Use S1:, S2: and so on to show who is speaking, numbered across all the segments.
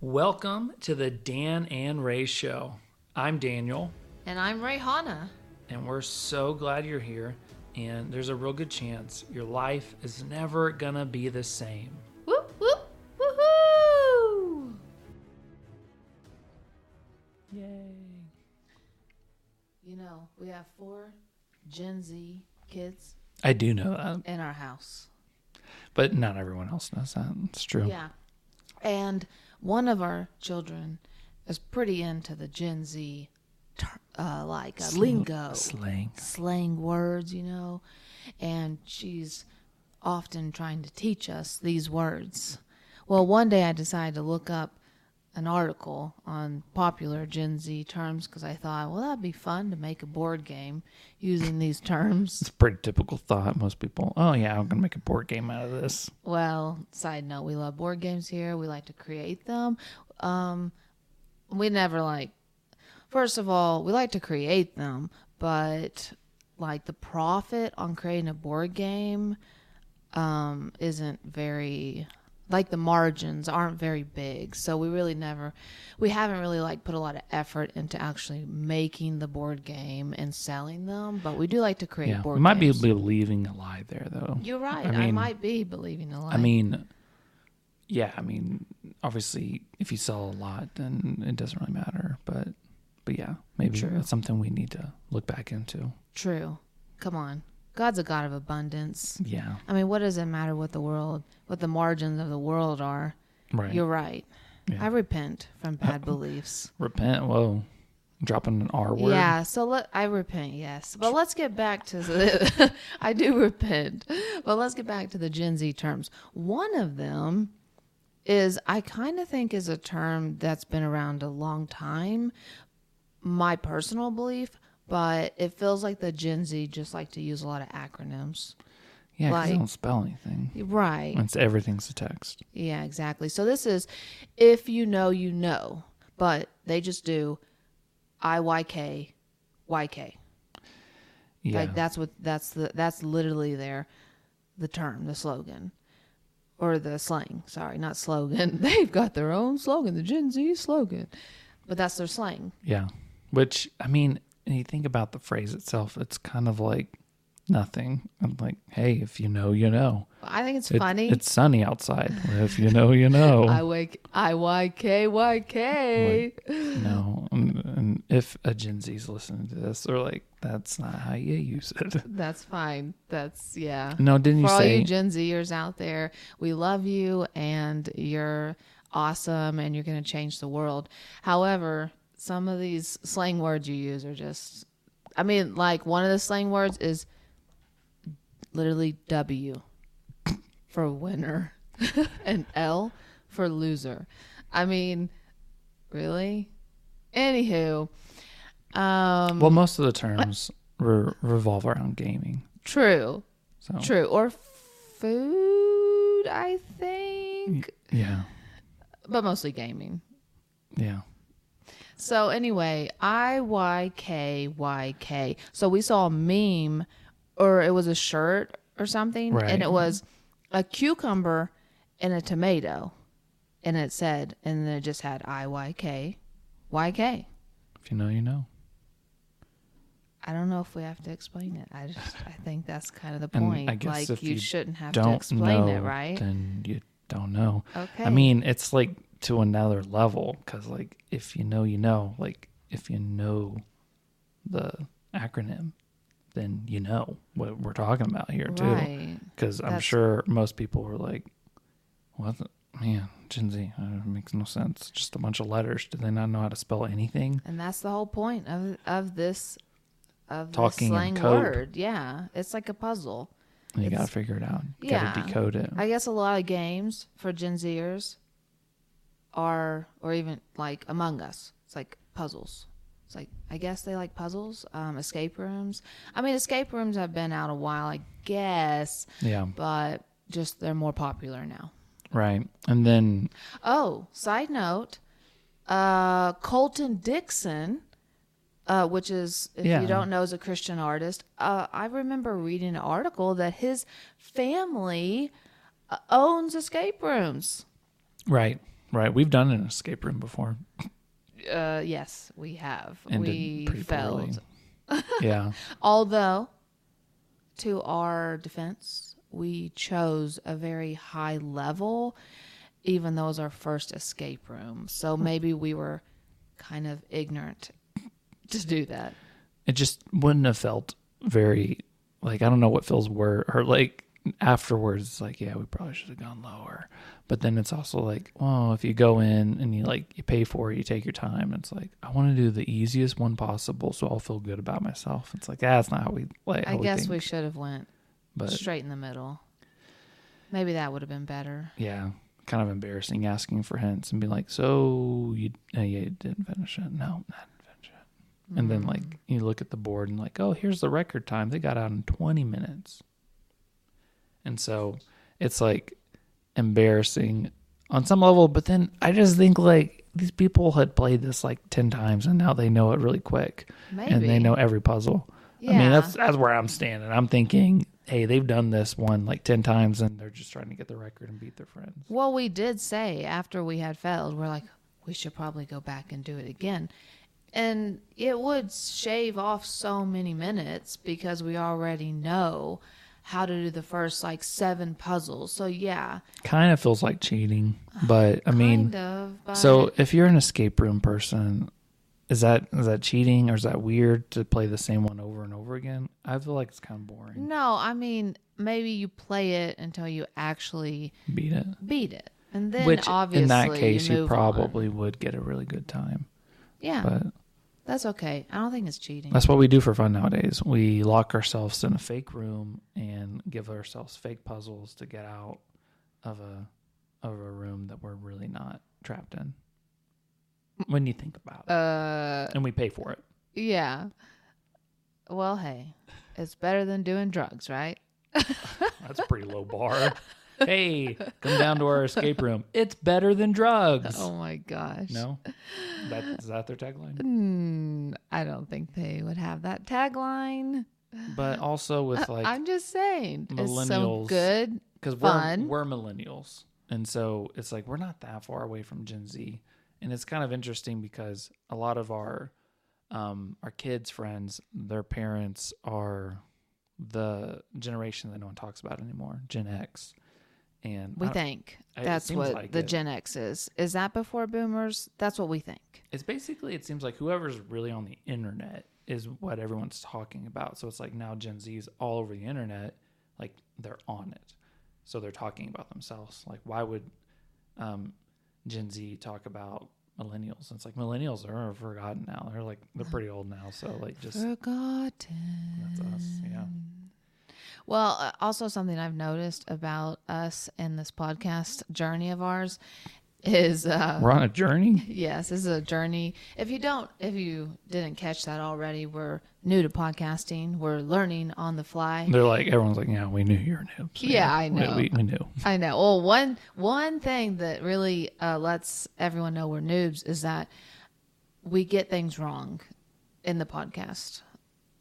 S1: Welcome to the Dan and Ray Show. I'm Daniel,
S2: And I'm Rayhana.
S1: and we're so glad you're here. And there's a real good chance your life is never gonna be the same.
S2: Whoop whoop woohoo!
S1: Yay.
S2: You know, we have four Gen Z kids
S1: I do know that,
S2: in our house.
S1: but not everyone else knows that. It's true.
S2: Yeah. And one of our children is pretty into the Gen Z ter- uh, like uh, lingo,
S1: Slang.
S2: slang words, you know. And she's often trying to teach us these words. Well, one day I decided to look up an article on popular Gen Z terms because I thought, well, that'd be fun to make a board game using these terms.
S1: It's a pretty typical thought. Most people, oh, yeah, I'm gonna make a board game out of this.
S2: Well, side note, we love board games here. We like to create them. Um, we never like, first of all, we like to create them, but like the profit on creating a board game um, isn't very, like the margins aren't very big. So we really never, we haven't really like put a lot of effort into actually making the board game and selling them, but we do like to create
S1: Yeah.
S2: board
S1: we might
S2: games.
S1: be believing a lie there, though.
S2: You're right. I,
S1: mean-
S2: might be believing a lie.
S1: I mean, yeah, I mean, obviously, if you sell a lot, then it doesn't really matter. But, but yeah, maybe that's something we need to look back into.
S2: True. Come on. God's a God of abundance.
S1: Yeah,
S2: I mean, what does it matter what the world, what the margins of the world are?
S1: right.
S2: You're right.
S1: Yeah.
S2: I repent from bad beliefs.
S1: Repent. Whoa, dropping an R word.
S2: Yeah, so let, I repent, yes. But let's get back to the, I do repent. But let's get back to the Gen Z terms. One of them is I kind of think is a term that's been around a long time. My personal belief, but it feels like the Gen Z just like to use a lot of acronyms.
S1: yeah. 'cause they
S2: like-
S1: don't spell anything.
S2: Right.
S1: It's everything's a text.
S2: Yeah, exactly. So this is if you know, you know, but they just do I Y K Y K.
S1: Yeah,
S2: Like that's what that's the that's literally their the term, the slogan. Or the slang, sorry, not slogan. They've got their own slogan, the Gen Z slogan. But that's their slang.
S1: yeah. Which I mean, and you think about the phrase itself, it's kind of like nothing. I'm like, hey, if you know, you know.
S2: I think it's
S1: It-
S2: funny.
S1: It's sunny outside. if you know, you know.
S2: I wake I Y K Y K.
S1: No, and, and if a Gen Z's listening to this, they're like, "That's not how you use it."
S2: That's fine. That's yeah.
S1: No, didn't you
S2: for all
S1: say?
S2: you Gen Zers out there, we love you and you're awesome and you're going to change the world. However, some of these slang words you use are just, I mean, like one of the slang words is literally W for winner and L for loser. I mean, really? Anywho, um,
S1: well, most of the terms re- revolve around gaming.
S2: true,
S1: So
S2: true. Or food, I think.
S1: yeah,
S2: but mostly gaming.
S1: yeah,
S2: So anyway, I Y K Y K. So we saw a meme, or it was a shirt or something,
S1: Right.
S2: and it was a cucumber and a tomato, and it said, and then it just had I Y K Y K.
S1: if you know, you know.
S2: I don't know if we have to explain it. I just I think that's kind of the
S1: And
S2: point.
S1: I guess
S2: like
S1: if
S2: you,
S1: you
S2: shouldn't have to
S1: don't know,
S2: explain it, right?
S1: Then you don't know.
S2: Okay.
S1: I mean, it's like to another level because, like, if you know, you know. Like, if you know the acronym, then you know what we're talking about here too.
S2: right.
S1: because I'm
S2: That's-
S1: sure most people were like, "What, the, man, Gen Z? uh, It makes no sense. Just a bunch of letters. Do they not know how to spell anything?"
S2: And that's the whole point of of this of this
S1: Talking in
S2: slang
S1: code.
S2: word. Yeah, it's like a puzzle.
S1: And you got to
S2: It's-
S1: figure it out. You got
S2: yeah.
S1: to decode it.
S2: I guess a lot of games for Gen Zers are, or even like Among Us. It's like puzzles. It's like I guess they like puzzles, um, escape rooms. I mean, escape rooms have been out a while, I guess,
S1: yeah,
S2: but just they're more popular now.
S1: right. And then
S2: Oh, side note, uh, Colton Dixon, uh, which is if
S1: Yeah.
S2: you don't know is a Christian artist. Uh, I remember reading an article that his family uh, owns escape rooms.
S1: right, right? We've done an escape room before.
S2: Uh, yes, we have.
S1: Ended
S2: we
S1: pretty poorly.
S2: failed.
S1: Yeah.
S2: Although, to our defense, we chose a very high level, even though it was our first escape room. So
S1: Hmm.
S2: maybe we were kind of ignorant to do that.
S1: it just wouldn't have felt very like I don't know what feels were or like afterwards it's like yeah we probably should have gone lower but then it's also like well if you go in and you like you pay for it you take your time it's like I want to do the easiest one possible so I'll feel good about myself it's like that's not how we like how
S2: I guess
S1: think.
S2: we should have went
S1: but
S2: straight in the middle. Maybe that would have been better.
S1: yeah kind of embarrassing asking for hints and be like so you uh, yeah, you didn't finish it no not finish it and then
S2: Mm.
S1: like you look at the board and like oh here's the record time they got out in 20 minutes and so it's like embarrassing on some level but then i just think like these people had played this like 10 times and now they know it really quick
S2: Maybe.
S1: and they know every puzzle i
S2: Yeah.
S1: mean that's that's where i'm standing i'm thinking hey they've done this one like 10 times and they're just trying to get the record and beat their friends
S2: Well, we did say after we had failed, we're like, we should probably go back and do it again. And it would shave off so many minutes because we already know how to do the first like seven puzzles. So, yeah,
S1: kind of feels like cheating but i mean
S2: kind of. But
S1: so if you're an escape room person is that is that cheating or is that weird to play the same one over and over again i feel like it's kind of boring
S2: no, I mean, maybe you play it until you actually
S1: beat it
S2: beat it. And then
S1: which
S2: obviously,
S1: in that case
S2: you,
S1: you,
S2: move on.
S1: probably would get a really good time
S2: Yeah,
S1: but
S2: that's okay. I don't think it's cheating.
S1: that's what we do for fun nowadays we lock ourselves in a fake room and give ourselves fake puzzles to get out of a of a room that we're really not trapped in when you think about it
S2: Uh,
S1: and we pay for it
S2: Yeah. Well, hey, it's better than doing drugs, right?
S1: That's a pretty low bar. hey, come down to our escape room. It's better than drugs.
S2: Oh my gosh.
S1: No? That, is that their tagline?
S2: Mm, I don't think they would have that tagline.
S1: But also with like,
S2: I'm just saying, it's so
S1: millennials-
S2: good.
S1: because we're,
S2: fun.
S1: we're millennials. And so it's like, we're not that far away from Gen Z. And it's kind of interesting because a lot of our, um, our kids' friends, their parents are the generation that no one talks about anymore, Gen X. And
S2: We
S1: I don't-
S2: think
S1: it
S2: that's
S1: seems
S2: what
S1: like
S2: the
S1: it.
S2: Gen X is. Is that before Boomers? That's what we think.
S1: it's basically it seems like whoever's really on the internet is what everyone's talking about. So it's like now Gen Z is all over the internet, like they're on it. So they're talking about themselves. Like why would um, Gen Z talk about millennials? And it's like millennials are forgotten now. They're like they're pretty old now. So like just
S2: Forgotten.
S1: that's us. Yeah.
S2: Well, uh, also something I've noticed about us and this podcast journey of ours is uh,
S1: We're on a journey.
S2: Yes, this is a journey. If you don't, if you didn't catch that already, we're new to podcasting. We're learning on the fly.
S1: They're like everyone's like, yeah, we knew you were noobs.
S2: Yeah, I
S1: we-
S2: know.
S1: We, we knew.
S2: I know. Well, one one thing that really uh, lets everyone know we're noobs is that we get things wrong in the podcast.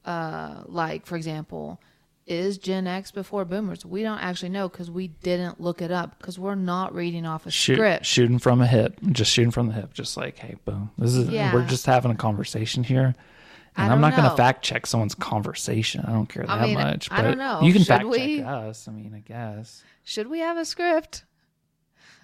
S2: Uh, like, for example, is Gen X before Boomers? We don't actually know because we didn't look it up because we're not reading off a
S1: Shoot,
S2: script.
S1: shooting from a hip, just shooting from the hip, just like, hey, boom, this is
S2: Yeah.
S1: we're just having a conversation here,
S2: I
S1: and I'm
S2: don't
S1: not going
S2: know.
S1: to fact check someone's conversation. I don't care that
S2: mean,
S1: much.
S2: I
S1: But
S2: don't know.
S1: You can
S2: Should
S1: fact
S2: we?
S1: check us. I mean, I guess
S2: Should we have a script?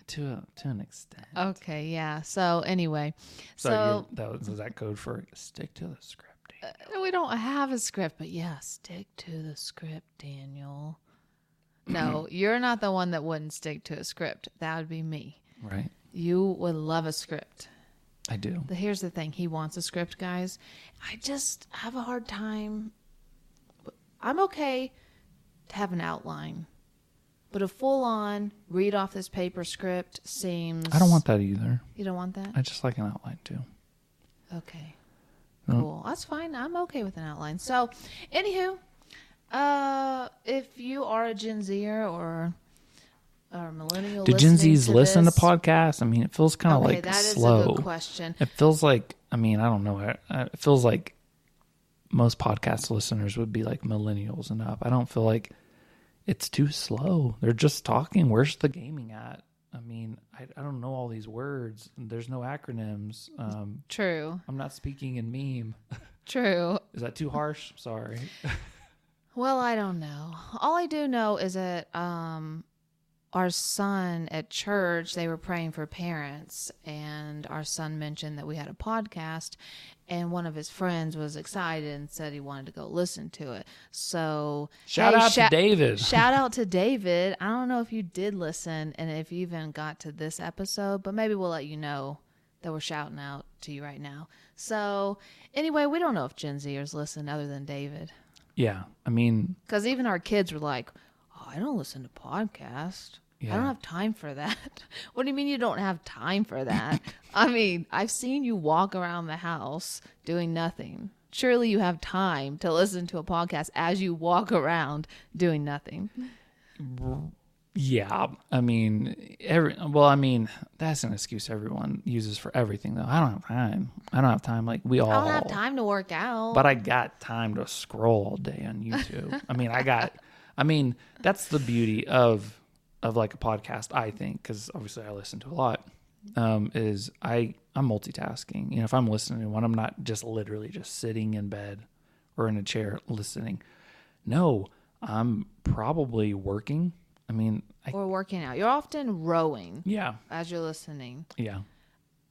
S1: to a, to an extent.
S2: Okay, yeah. So anyway,
S1: so
S2: Oh, so, Uh,
S1: you, that was is that code for stick to the script. Dave.
S2: we don't have a script, but yeah, stick to the script, Daniel. No, you're not the one that wouldn't stick to a script. That would be me.
S1: Right,
S2: You would love a script.
S1: I do.
S2: But here's the thing he wants a script, guys. I just have a hard time. I'm okay to have an outline, but a full on read off this paper script seems.
S1: I don't want that either.
S2: You don't want that?
S1: I just like an outline too.
S2: Okay. Cool. That's fine. I'm okay with an outline. So, anywho, uh, if you are a Gen Zer or or millennial,
S1: Do Gen
S2: listening
S1: Z's listen
S2: this-
S1: to podcasts? I mean, it feels kind of
S2: Okay,
S1: like
S2: that is
S1: slow.
S2: a good question.
S1: It feels like, I mean, I don't know. I- I- It feels like most podcast listeners would be like millennials and up. I don't feel like it's too slow. They're just talking. Where's the gaming at? I mean, I, I don't know all these words. There's no acronyms. Um,
S2: True.
S1: I'm not speaking in meme.
S2: True.
S1: Is that too harsh? Sorry.
S2: Well, I don't know. All I do know is that um, our son at church, they were praying for parents, and our son mentioned that we had a podcast, and one of his friends was excited and said he wanted to go listen to it. So,
S1: Shout
S2: hey,
S1: out
S2: shou-
S1: to David.
S2: Shout out to David. I don't know if you did listen and if you even got to this episode, but maybe we'll let you know that we're shouting out to you right now. So, anyway, we don't know if Gen Zers listen other than David.
S1: yeah. I mean,
S2: Because even our kids were like, oh, I don't listen to podcasts. I
S1: Yeah.
S2: don't have time for that. what do you mean you don't have time for that? I mean, I've seen you walk around the house doing nothing. Surely you have time to listen to a podcast as you walk around doing nothing.
S1: yeah. I mean, every, well, I mean, that's an excuse everyone uses for everything, though. I don't have time. I don't have time. Like, we all
S2: I don't have time to work out.
S1: Oh. but I got time to scroll all day on YouTube. I mean, I got, I mean, that's the beauty of of like a podcast. I think because obviously I listen to a lot. Um, is I I'm multitasking. You know, if I'm listening to one, I'm not just literally just sitting in bed or in a chair listening. No, I'm probably working. I mean, I,
S2: or working out. You're often rowing
S1: yeah,
S2: as you're listening.
S1: yeah.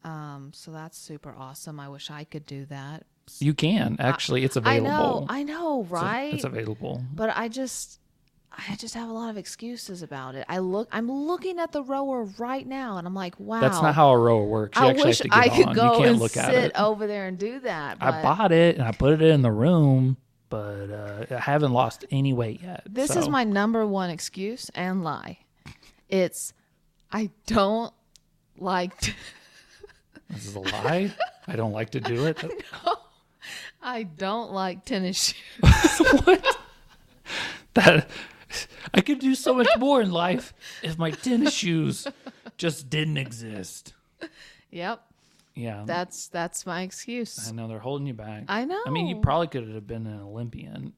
S2: Um, so that's super awesome. I wish I could do that.
S1: You can actually. It's
S2: I
S1: available.
S2: know, I know,
S1: It's a-
S2: right?
S1: It's, available.
S2: but I just I just have a lot of excuses about it. I look I'm looking at the rower right now and I'm like, wow.
S1: That's not how a rower works. You
S2: I
S1: actually
S2: wish
S1: have to get
S2: I could
S1: on.
S2: go
S1: you can't
S2: and
S1: look at it.
S2: sit over there and do that. But
S1: I bought it and I put it in the room, but uh, I haven't lost any weight yet.
S2: this is
S1: so-
S2: my number one excuse and lie. It's I don't like to,
S1: This is a lie. I don't like to do it.
S2: I don't like tennis shoes.
S1: what? That I could do so much more in life if my tennis shoes just didn't exist.
S2: Yep.
S1: Yeah,
S2: That's that's my excuse.
S1: I know they're holding you back.
S2: I know.
S1: I mean, you probably could have been an Olympian,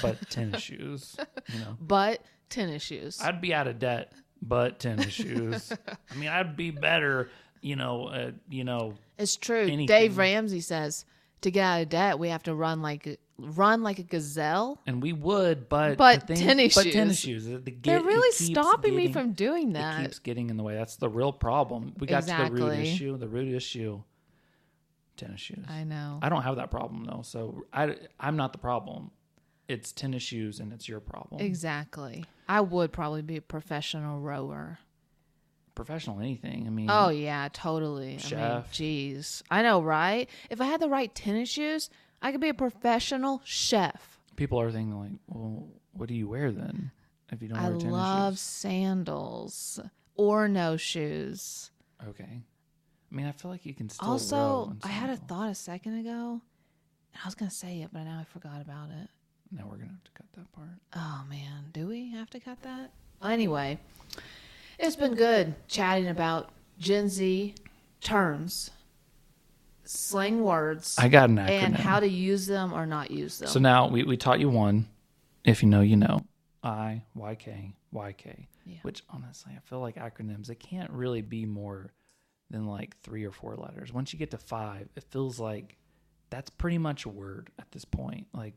S1: but tennis shoes. You know,
S2: but tennis shoes.
S1: I'd be out of debt, but tennis shoes. I mean, I'd be better. You know, uh, you know,
S2: It's true.
S1: anything.
S2: Dave Ramsey says to get out of debt, we have to run like a, run like a gazelle.
S1: and we would, but
S2: But
S1: the
S2: tennis
S1: but
S2: shoes.
S1: tennis shoes. The get,
S2: They're
S1: it
S2: really
S1: keeps
S2: stopping me
S1: getting-
S2: from doing
S1: It
S2: that.
S1: keeps getting in the way. That's the real problem. We got to the root
S2: Exactly.
S1: issue. The root issue. Tennis shoes. I,
S2: I know.
S1: don't have that problem though, so I I'm not the problem. It's tennis shoes, and it's your problem.
S2: Exactly. I would probably be a professional rower.
S1: Professional anything. I mean,
S2: Oh yeah, totally. I mean,
S1: Mm. Chef.
S2: jeez. I know, right? If I had the right tennis shoes, I could be a professional chef.
S1: people are thinking like, well, what do you wear then if you don't
S2: I
S1: wear tennis
S2: love
S1: shoes?
S2: sandals or no shoes.
S1: Okay. I mean, I feel like you can still. row
S2: Also,
S1: in
S2: I had a
S1: sandals.
S2: thought a second ago. and I was gonna say it, but now I forgot about it.
S1: Now we're gonna have to cut that part.
S2: Oh man, do we have to cut that? Anyway, it's been good chatting about Gen Z terms, slang words,
S1: I got an acronym.
S2: and how to use them or not use them.
S1: So now we, we taught you one. If you know, you know. I, Y, K, Y, K.
S2: Yeah.
S1: Which honestly, I feel like acronyms, they can't really be more than like three or four letters. Once you get to five, it feels like that's pretty much a word at this point. Like,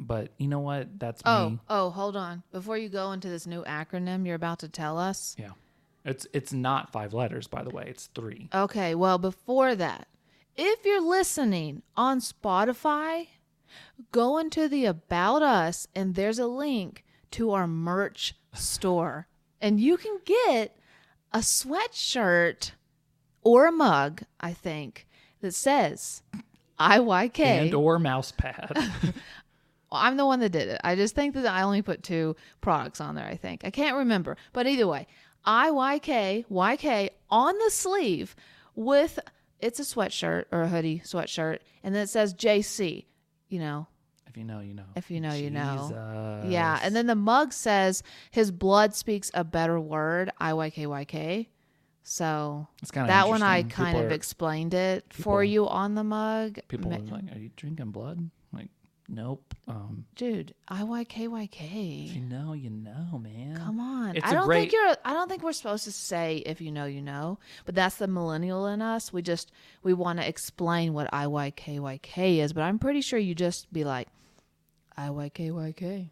S1: but you know what? That's
S2: oh,
S1: me.
S2: oh, hold on. Before you go into this new acronym you're about to tell us.
S1: Yeah. It's it's not five letters, by the way. It's three.
S2: Okay, well, before that, if you're listening on Spotify, go into the About Us and there's a link to our merch store. And you can get a sweatshirt or a mug, I think, that says IYK.
S1: And or mouse pad.
S2: I'm the one that did it. I just think that I only put two products on there, I think. I can't remember. But either way, IYK, YK on the sleeve with it's a sweatshirt or a hoodie sweatshirt and then it says JC, you know.
S1: if you know, you know.
S2: If you know, you know.
S1: Jesus.
S2: Yeah, and then the mug says his blood speaks a better word, IYKYK. So
S1: It's kinda
S2: that one I
S1: interesting.
S2: kind
S1: People
S2: of
S1: are-
S2: explained it for
S1: people-
S2: you on the mug.
S1: People
S2: Ma-
S1: are like, Are you drinking blood? I'm Like, Nope. Um,
S2: Dude,
S1: if
S2: IYKYK.
S1: you know, you know, man.
S2: Come on.
S1: Mm. It's
S2: I
S1: a
S2: don't
S1: great-
S2: think you're I don't think we're supposed to say if you know you know, but that's the millennial in us. We just we want to explain what IYKYK is, but I'm pretty sure you just be like IYKYK.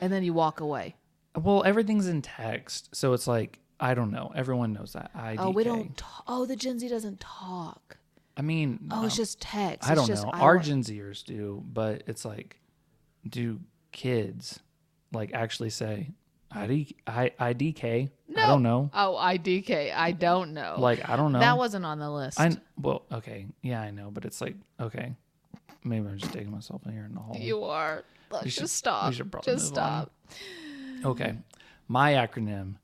S2: And then you walk away.
S1: Well, everything's in text, so it's like I don't know. Everyone knows that. IDK.
S2: Oh, we don't talk. Oh, the Gen Z doesn't talk.
S1: I mean, um,
S2: Oh, it's just text.
S1: I
S2: It's
S1: don't
S2: just
S1: know.
S2: I
S1: Our
S2: want-
S1: Gen Zers do, but it's like, do kids like actually say ID, I, IDK? I don't know.
S2: Oh, IDK. I don't know.
S1: Like I don't know.
S2: that wasn't on the list.
S1: I well, okay, yeah, I know, but it's like okay, maybe I'm just digging myself in here in the hole.
S2: you are. Let's
S1: should-
S2: just stop.
S1: we should probably
S2: just
S1: move on.
S2: stop.
S1: Okay, my acronym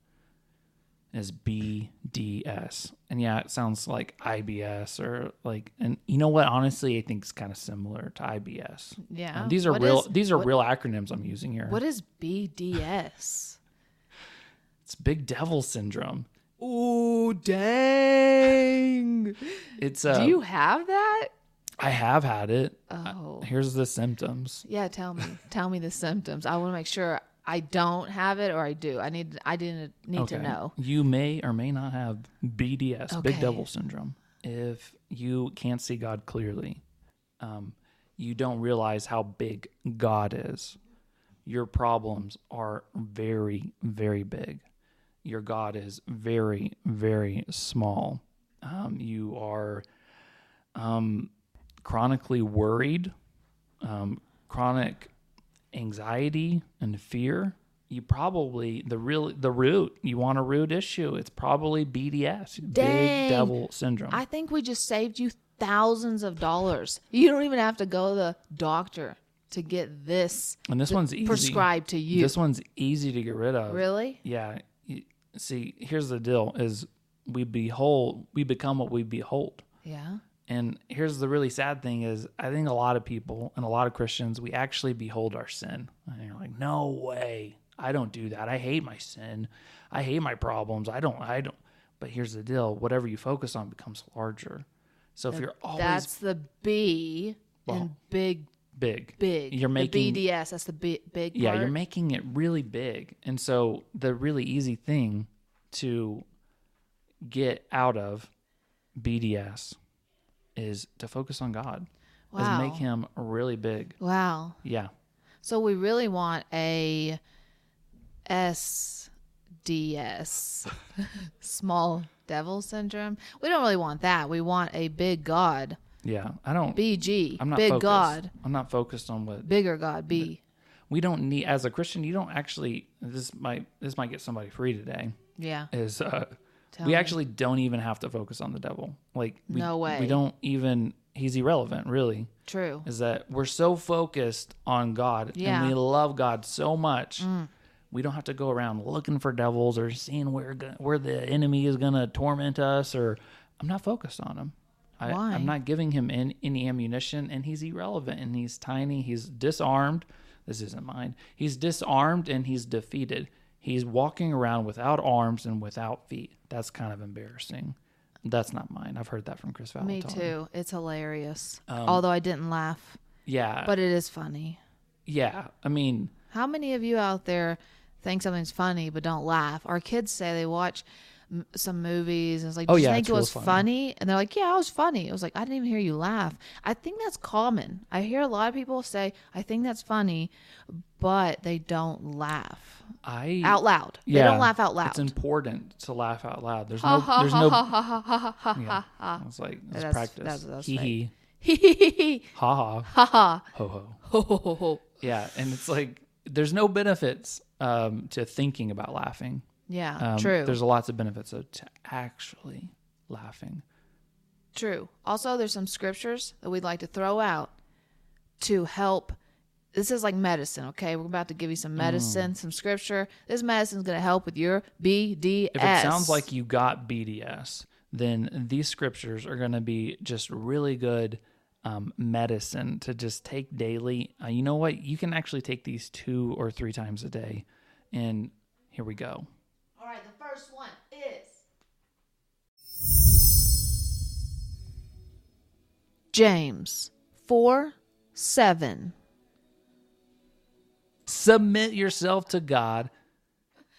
S1: is BDS, and yeah, it sounds like IBS or like, and you know what? Honestly, I think it's kind of similar to IBS.
S2: Yeah.
S1: Um, these are
S2: What
S1: real.
S2: is-
S1: these are real acronyms I'm using here.
S2: What is BDS?
S1: It's Big Devil Syndrome. Ooh, dang! It's uh,
S2: Do you have that?
S1: I have had it.
S2: Oh.
S1: Here's the symptoms.
S2: Yeah, tell me. tell me the symptoms. I want to make sure I don't have it or I do. I need I didn't need to know.
S1: You may or may not have BDS, Big
S2: Okay.
S1: Devil Syndrome. If you can't see God clearly, um, you don't realize how big God is. Your problems are very, very big. Your God is very, very small. Um, you are um, chronically worried, um, chronic anxiety and fear. You probably the real the root you want a root issue. It's probably BDS,
S2: Dang.
S1: Big Devil Syndrome.
S2: I think we just saved you thousands of dollars. You don't even have to go to the doctor to get this
S1: and this one's easy.
S2: prescribed to you.
S1: This one's easy to get rid of.
S2: really?
S1: Yeah. You- See, here's the deal: is we behold, we become what we behold.
S2: Yeah.
S1: And here's the really sad thing is I think a lot of people and a lot of Christians, we actually behold our sin. And you're like, no way. I don't do that. I hate my sin. I hate my problems. I don't I don't but here's the deal, whatever you focus on becomes larger. So if you're always
S2: That's the B and big
S1: big,
S2: big.
S1: you're
S2: The
S1: making
S2: BDS. That's the big big.
S1: yeah,
S2: part.
S1: you're making it really big. And so the really easy thing to get out of BDS is to focus on God.
S2: Wow.
S1: Is make him really big.
S2: wow.
S1: Yeah.
S2: So we really want a SDS, small devil syndrome. We don't really want that. We want a big God,
S1: Yeah. I don't
S2: BG,
S1: I'm not
S2: big
S1: focused.
S2: God,
S1: I'm not focused on what
S2: bigger God, B.
S1: we don't need as a Christian, you don't actually this might this might get somebody free today.
S2: Yeah.
S1: Is uh
S2: Tell
S1: we
S2: me.
S1: actually don't even have to focus on the devil. Like we,
S2: No way.
S1: we don't even he's irrelevant really.
S2: True.
S1: is that we're so focused on God
S2: Yeah. Mm.
S1: and we love God so much, we don't have to go around looking for devils or seeing where go- where the enemy is going to torment us. Or I'm not focused on him. I,
S2: Why?
S1: I'm not giving him in, any ammunition, and he's irrelevant and he's tiny. He's disarmed. This isn't mine. He's disarmed and he's defeated. He's walking around without arms and without feet. That's kind of embarrassing. That's not mine. I've heard that from Chris
S2: Me
S1: Valentine.
S2: too. It's hilarious.
S1: Um,
S2: Although I didn't laugh,
S1: Yeah.
S2: but it is funny.
S1: yeah. I mean,
S2: How many of you out there think something's funny but don't laugh? Our kids say they watch m- some movies and it's like,
S1: Oh,
S2: "Did you
S1: yeah,
S2: think
S1: it's
S2: it
S1: real
S2: was
S1: funny."
S2: funny? And they're like, yeah, it was funny. It was like, I didn't even hear you laugh. I think that's common. I hear a lot of people say, I think that's funny, but they don't laugh
S1: I
S2: out loud. They don't laugh out
S1: It's
S2: loud.
S1: important to laugh out loud. There's no. there's no. yeah. I was like, let's
S2: That's-
S1: practice.
S2: that's- that's
S1: Hee
S2: right.
S1: hee,
S2: Ha
S1: ha ha,
S2: ha.
S1: ho ho.
S2: Ho, ho, ho, ho.
S1: Yeah, and it's like there's no benefits um, to thinking about laughing.
S2: Yeah,
S1: Um,
S2: true.
S1: There's lots of benefits though, to actually laughing.
S2: True. Also, there's some scriptures that we'd like to throw out to help. This is like medicine, okay? We're about to give you
S1: Mm.
S2: some medicine, some scripture. This medicine's going to help with your BDS.
S1: If it sounds like you got BDS, then these scriptures are going to be just really good um, medicine to just take daily. Uh, you know what? You can actually take these two or three times a day. And here we go.
S2: All right, the first one is James 4 7.
S1: submit yourself to God,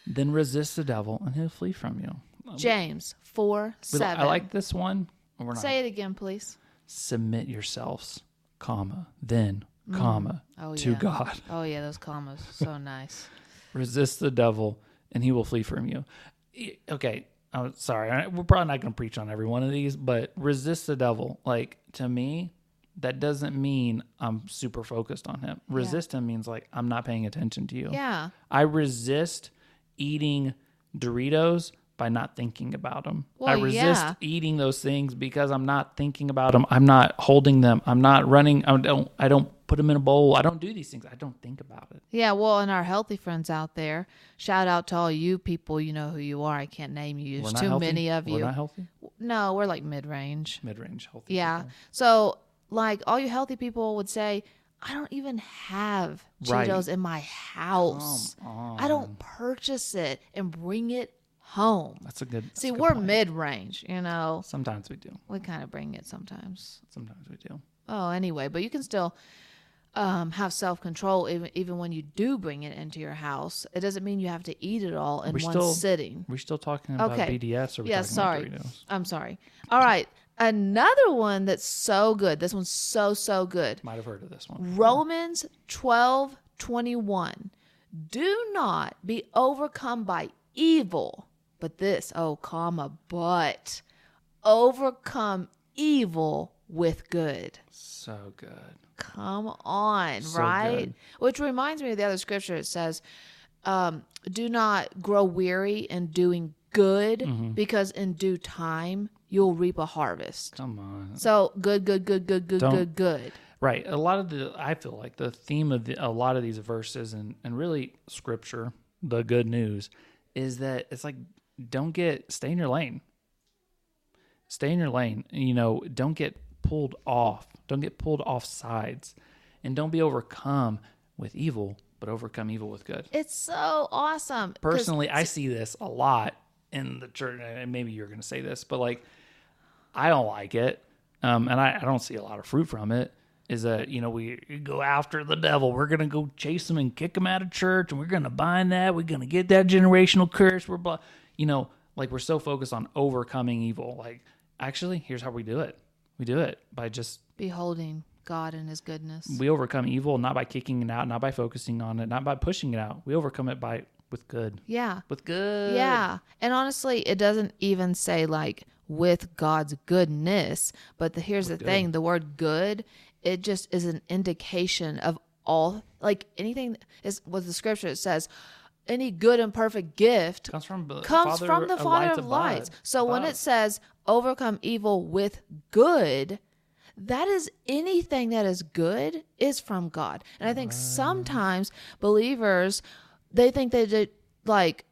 S1: then resist the devil, and he'll flee from you.
S2: James 4
S1: Uh, We-
S2: 7.
S1: I like this one. We're not
S2: Say it again, please.
S1: submit yourselves, comma, then comma
S2: Oh,
S1: to
S2: yeah.
S1: God.
S2: Oh, yeah, those commas. So nice.
S1: Resist the devil, and he will flee from you. E- Okay, I'm sorry. I- We're probably not going to preach on every one of these, but resist the devil. Like to me, that doesn't mean I'm super focused on him. Resist him means like I'm not paying attention to you.
S2: Yeah.
S1: I resist eating Doritos by not thinking about them. I
S2: Well,
S1: resist
S2: yeah.
S1: eating those things because I'm not thinking about them. I'm not holding them. I'm not running. I don't. I don't put them in a bowl. I don't do these things. I don't think about it.
S2: Yeah, well, and our healthy friends out there, shout out to all you people. You know who you are. I can't name you.
S1: We're
S2: There's
S1: not
S2: too
S1: healthy.
S2: many of you.
S1: We're not healthy.
S2: no, we're like mid range.
S1: Mid range healthy.
S2: Yeah.
S1: people.
S2: So, like, all you healthy people would say, I don't even have
S1: Right.
S2: Cheetos in my house. I don't purchase it and bring it home.
S1: That's a good. that's
S2: See,
S1: a good
S2: we're
S1: point.
S2: mid range, you know.
S1: Sometimes we do.
S2: We kind of bring it sometimes.
S1: Sometimes we do.
S2: Oh, anyway, but you can still um, have self control even even when you do bring it into your house. It doesn't mean you have to eat it all in
S1: We
S2: one
S1: still-
S2: sitting.
S1: We're still talking about
S2: Okay.
S1: BDS or we
S2: Yeah,
S1: talking
S2: sorry.
S1: about Doritos.
S2: I'm sorry. All right, another one that's so good. This one's so so good.
S1: Might have heard of this one.
S2: Romans twelve twenty one. Do not be overcome by evil, but this, oh, comma, but overcome evil with good.
S1: So good.
S2: Come on, right?
S1: good.
S2: Which reminds me of the other scripture. It says, um, "Do not grow weary in doing good,
S1: Mm-hmm.
S2: because in due time you'll reap a harvest."
S1: Come on.
S2: So good, good, good, good, good,
S1: Don't-
S2: good, good.
S1: Right. A lot of the, I feel like the theme of the, a lot of these verses and, and really scripture, the good news, is that it's like, don't get, stay in your lane. Stay in your lane. You know, don't get pulled off. Don't get pulled off sides. And don't be overcome with evil, but overcome evil with good.
S2: It's so awesome. 'Cause-
S1: Personally, I see this a lot in the church. And maybe you're going to say this, but like, I don't like it, um, and I, I don't see a lot of fruit from it. Is that you know we go after the devil? We're gonna go chase him and kick him out of church, and we're gonna bind that. We're gonna get that generational curse. We're blah, you know, like we're so focused on overcoming evil. Like actually, here's how we do it. We do it by just
S2: beholding God and His goodness.
S1: we overcome evil not by kicking it out, not by focusing on it, not by pushing it out. We overcome it by with good,
S2: Yeah.
S1: with good.
S2: Yeah. And honestly, it doesn't even say like with God's goodness, but the, here's the thing, the word good, it just is an indication of all like anything is what the scripture it says any good and perfect gift
S1: comes from the
S2: comes
S1: Father
S2: from the Father of
S1: above.
S2: lights. So when
S1: Above.
S2: it says overcome evil with good, that is anything that is good is from God. And I think sometimes believers they think they did like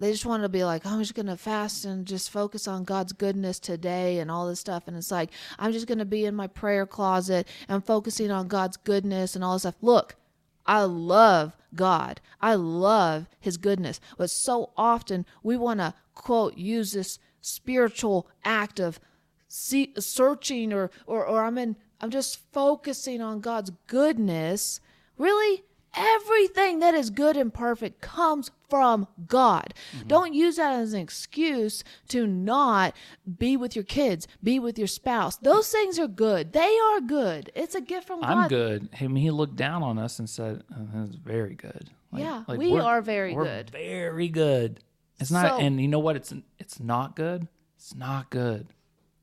S2: they just want to be like, "Oh, I'm just going to fast and just focus on God's goodness today and all this stuff. And it's like, I'm just going to be in my prayer closet and focusing on God's goodness and all this stuff. Look, I love God. I love his goodness. But so often we want to, quote, use this spiritual act of see, searching or, or, or I'm in, I'm just focusing on God's goodness. Really? Everything that is good and perfect comes from God.
S1: Mm-hmm.
S2: Don't use that as an excuse to not be with your kids, be with your spouse. Those things are good. They are good. It's a gift from
S1: I'm
S2: God.
S1: good. I mean, he looked down on us and said, oh, "That's very good." Like-
S2: Yeah,
S1: like,
S2: we
S1: we're-
S2: are very
S1: we're
S2: good.
S1: Very good. It's not,
S2: So-
S1: and you know what? It's it's not good. It's not good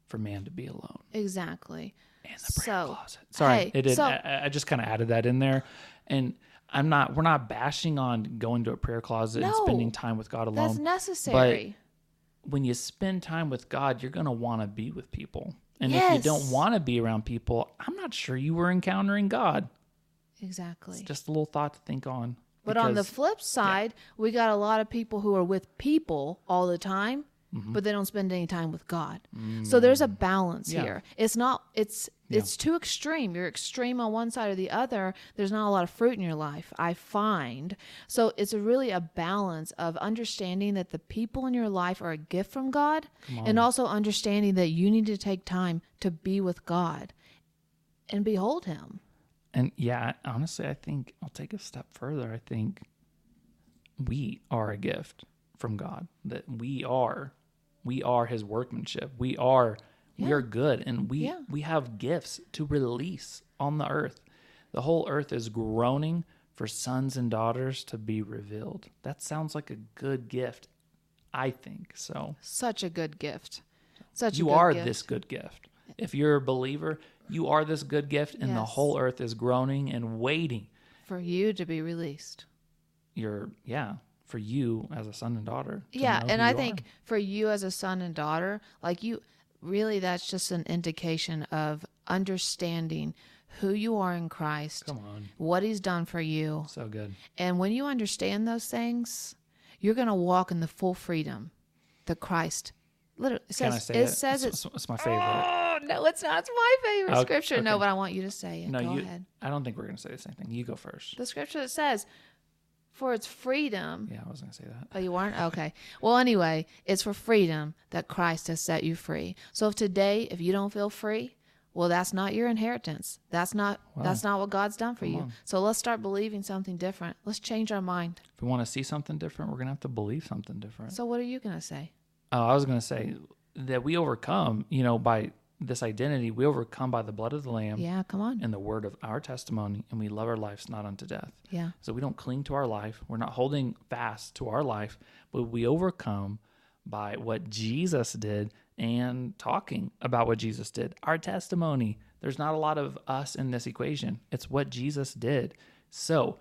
S1: for man to be alone
S2: Exactly.
S1: in the prayer
S2: So,
S1: closet. Sorry,
S2: hey,
S1: it did.
S2: so-
S1: I, I just kind of added that in there, and I'm not. We're not bashing on going to a prayer closet and
S2: No.
S1: spending time with God alone.
S2: That's necessary.
S1: when you spend time with God, you're going to want to be with people. And if you
S2: Yes.
S1: don't want to be around people, I'm not sure you were encountering God.
S2: exactly.
S1: Just a little thought to think on.
S2: But on the
S1: because-
S2: flip side, we got a lot of people who are with people all the time,
S1: Mm-hmm.
S2: but they don't spend any time with God. So there's a balance
S1: Mm. Yeah.
S2: here. It's not it's it's too extreme. You're extreme on one side or the other. There's not a lot of fruit in your life, I find. So it's really a balance of understanding that the people in your life are a gift from God and also understanding that you need to take time to be with God and behold him.
S1: And yeah, honestly, I think I'll take a step further. I think we are a gift from God. That we are, we are His workmanship. We are, we are good, and we
S2: Yeah.
S1: we have gifts to release on the earth. The whole earth is groaning for sons and daughters to be revealed. That sounds like a good gift, I think. So
S2: Such a good gift. Such a
S1: you
S2: good
S1: are
S2: gift.
S1: this good gift. If you're a believer, you are this good gift, and the
S2: Yes.
S1: whole earth is groaning and waiting.
S2: for you to be released.
S1: Your yeah, for you as a son and daughter. to
S2: yeah,
S1: know
S2: and
S1: who
S2: I
S1: you
S2: think
S1: are.
S2: for you as a son and daughter, like you really that's just an indication of understanding who you are in Christ,
S1: come on,
S2: what he's done for you,
S1: so good.
S2: And when you understand those things, you're going to walk in the full freedom that Christ literally it
S1: Can
S2: says.
S1: I say it?
S2: says
S1: it's,
S2: it's,
S1: it's, my favorite.
S2: oh, no, it's not. It's my favorite
S1: Oh,
S2: scripture. No,
S1: okay.
S2: but I want you to say it.
S1: No,
S2: Go
S1: you.
S2: ahead.
S1: I don't think we're gonna say the same thing. You go first.
S2: The scripture that says, for it's freedom.
S1: Yeah, I was gonna say that.
S2: Oh, you weren't? Okay. Well, anyway, it's for freedom that Christ has set you free. So if today, if you don't feel free, well, that's not your inheritance. That's not that's not what God's done for you. So let's start believing something different. Let's change our mind.
S1: If we want to see something different, we're gonna have to believe something different.
S2: So what are you gonna say?
S1: Oh, I was going to say that we overcome, you know, by this identity, we overcome by the blood of the Lamb
S2: Yeah, come on.
S1: and the word of our testimony, and we love our lives not unto death.
S2: Yeah.
S1: So we don't cling to our life. We're not holding fast to our life, but we overcome by what Jesus did and talking about what Jesus did. Our testimony. There's not a lot of us in this equation. It's what Jesus did. So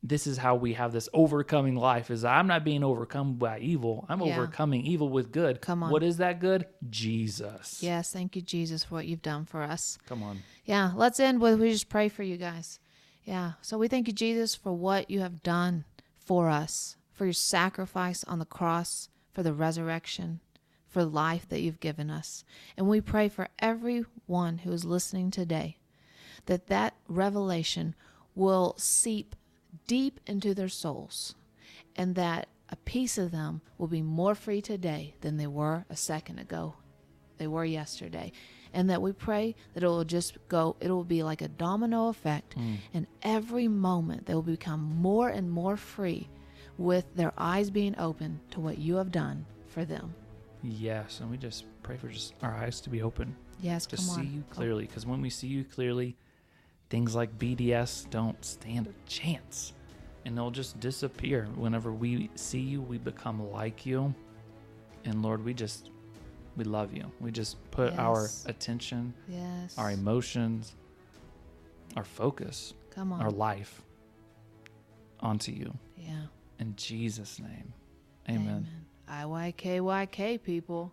S1: this is how we have this overcoming life is I'm not being overcome by evil. I'm
S2: Yeah.
S1: overcoming evil with good.
S2: Come on.
S1: What is that good? Jesus.
S2: Yes, thank you, Jesus, for what you've done for us.
S1: Come on.
S2: Yeah, let's end with we just pray for you guys. Yeah, so we thank you, Jesus, for what you have done for us, for your sacrifice on the cross, for the resurrection, for life that you've given us. And we pray for everyone who is listening today that that revelation will seep deep into their souls and that a piece of them will be more free today than they were a second ago they were yesterday and that we pray that it will just go it will be like a domino effect
S1: Hmm.
S2: and every moment they will become more and more free with their eyes being open to what you have done for them
S1: Yes. And we just pray for just our eyes to be open.
S2: yes
S1: to
S2: come on
S1: see you clearly because when we see you clearly things like bds don't stand a chance and they'll just disappear whenever we see you we become like you and lord we just we love you we just put our
S2: Yes.
S1: attention
S2: yes
S1: our emotions our focus
S2: come on
S1: our life onto you
S2: yeah
S1: in jesus name amen,
S2: amen i y k y k people